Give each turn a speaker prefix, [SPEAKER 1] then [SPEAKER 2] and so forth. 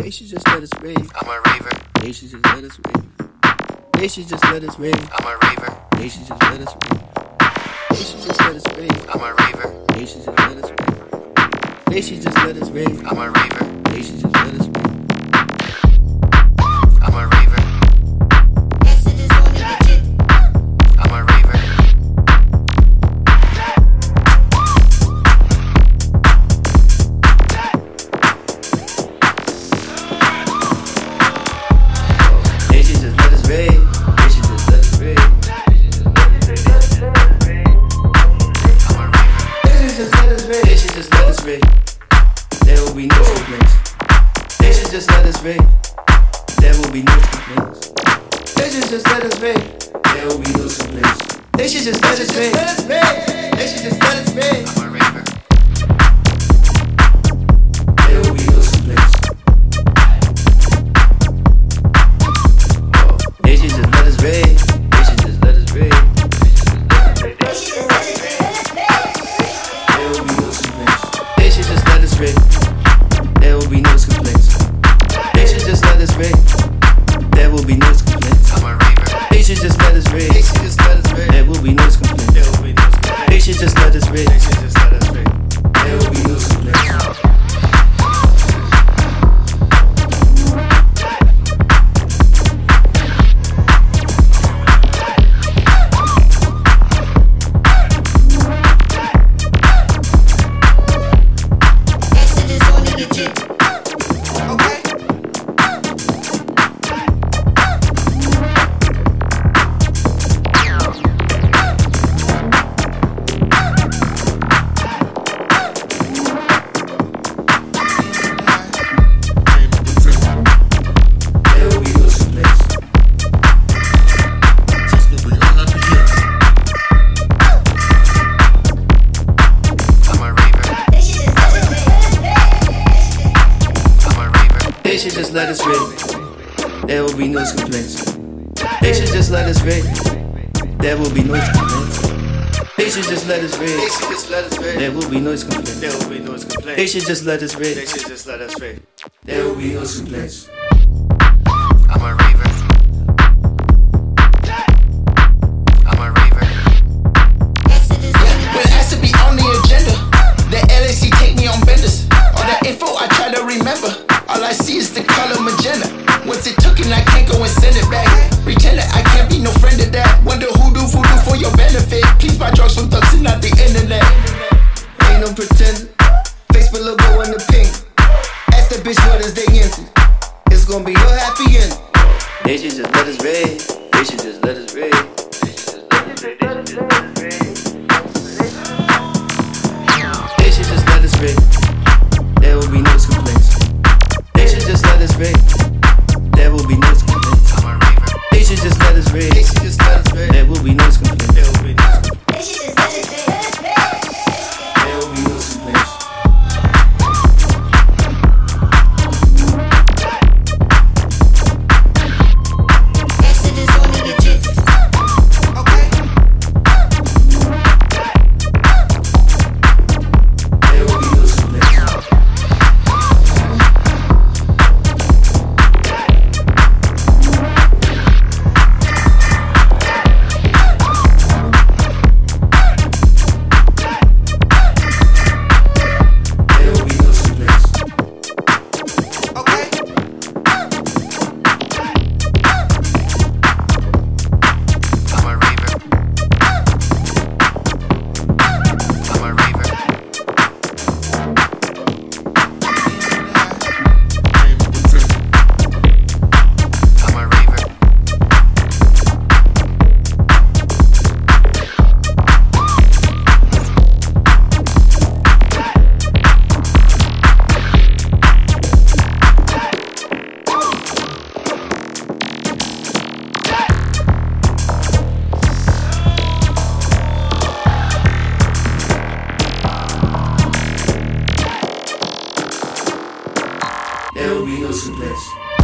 [SPEAKER 1] They should just let us rave.
[SPEAKER 2] I'm a raver.
[SPEAKER 1] They should just let us rave. They should just let us rave.
[SPEAKER 2] I'm a raver.
[SPEAKER 1] They should just let us rave. They should just let us rave.
[SPEAKER 2] I'm a raver.
[SPEAKER 1] They should just let us rave. They should just let us rave.
[SPEAKER 2] I'm a raver.
[SPEAKER 1] They should just let us rave.
[SPEAKER 2] I'm a raver. I'm a raver.
[SPEAKER 1] They should just let us rave. They should just let us rave.
[SPEAKER 2] I'm a raver.
[SPEAKER 1] They should just let us rave. They should just let us rave. There will be no complaints. They should just let us rave. There will be no complaints. They should just let us rave. There will be no complaints. They should just let us rave. They should just let us rave.
[SPEAKER 2] I'm a raver.
[SPEAKER 1] There will be no complaints. They should just let us rave. They should just let us rave. There will be no complaints. They should just let us rave. There will be no complaints. They should just let us rave. There will be no complaints.
[SPEAKER 2] I'm a raver.
[SPEAKER 1] They should just let us rave.
[SPEAKER 2] should just let us rave.
[SPEAKER 1] There will be no complaints.
[SPEAKER 2] There will be no complaints.
[SPEAKER 1] They should just let us rave.
[SPEAKER 2] They should just let us rave.
[SPEAKER 1] There will be no complaints. There will be no complaints.
[SPEAKER 2] I'm a raver. I'm a raver.
[SPEAKER 1] They should just let us rave. There will be no complaints. They should just let us rave. There will be no complaints. They should just let us
[SPEAKER 2] They
[SPEAKER 1] rave.
[SPEAKER 2] should just let us rave.
[SPEAKER 1] There will be no complaints.
[SPEAKER 2] There will be no complaints.
[SPEAKER 1] They should just let us
[SPEAKER 2] They
[SPEAKER 1] rave.
[SPEAKER 2] should just let us rave.
[SPEAKER 1] There will be no complaints.
[SPEAKER 2] I'm a raver. I'm a raver.
[SPEAKER 3] When acid be on the agenda, the LAC take me on benders. All that info I try to remember. All I see is the color magenta. Once it took and I can't go and send it back. Pretend that I can't be no friend of that. Wonder who do voodoo for your benefit. Please buy drugs from thugs and not the internet. Ain't no pretender. Face with logo in the pink. Ask that bitch what is they into. It's gonna be your happy ending.
[SPEAKER 1] They should just let us rave. They should just let us rave. They should just let us rave. There will be no complaints. They should just let us rave. There will be no complaints.
[SPEAKER 2] I'm a raver.
[SPEAKER 1] They should just let us
[SPEAKER 2] They
[SPEAKER 1] rave.
[SPEAKER 2] should just let us rave.
[SPEAKER 1] There will be no complaints.
[SPEAKER 2] There will be no
[SPEAKER 1] There will be no complaints. There will be no complaints. There will be no complaints.
[SPEAKER 2] I'm a raver. I'm a raver. I'm a raver.
[SPEAKER 1] É There will be no complaints. É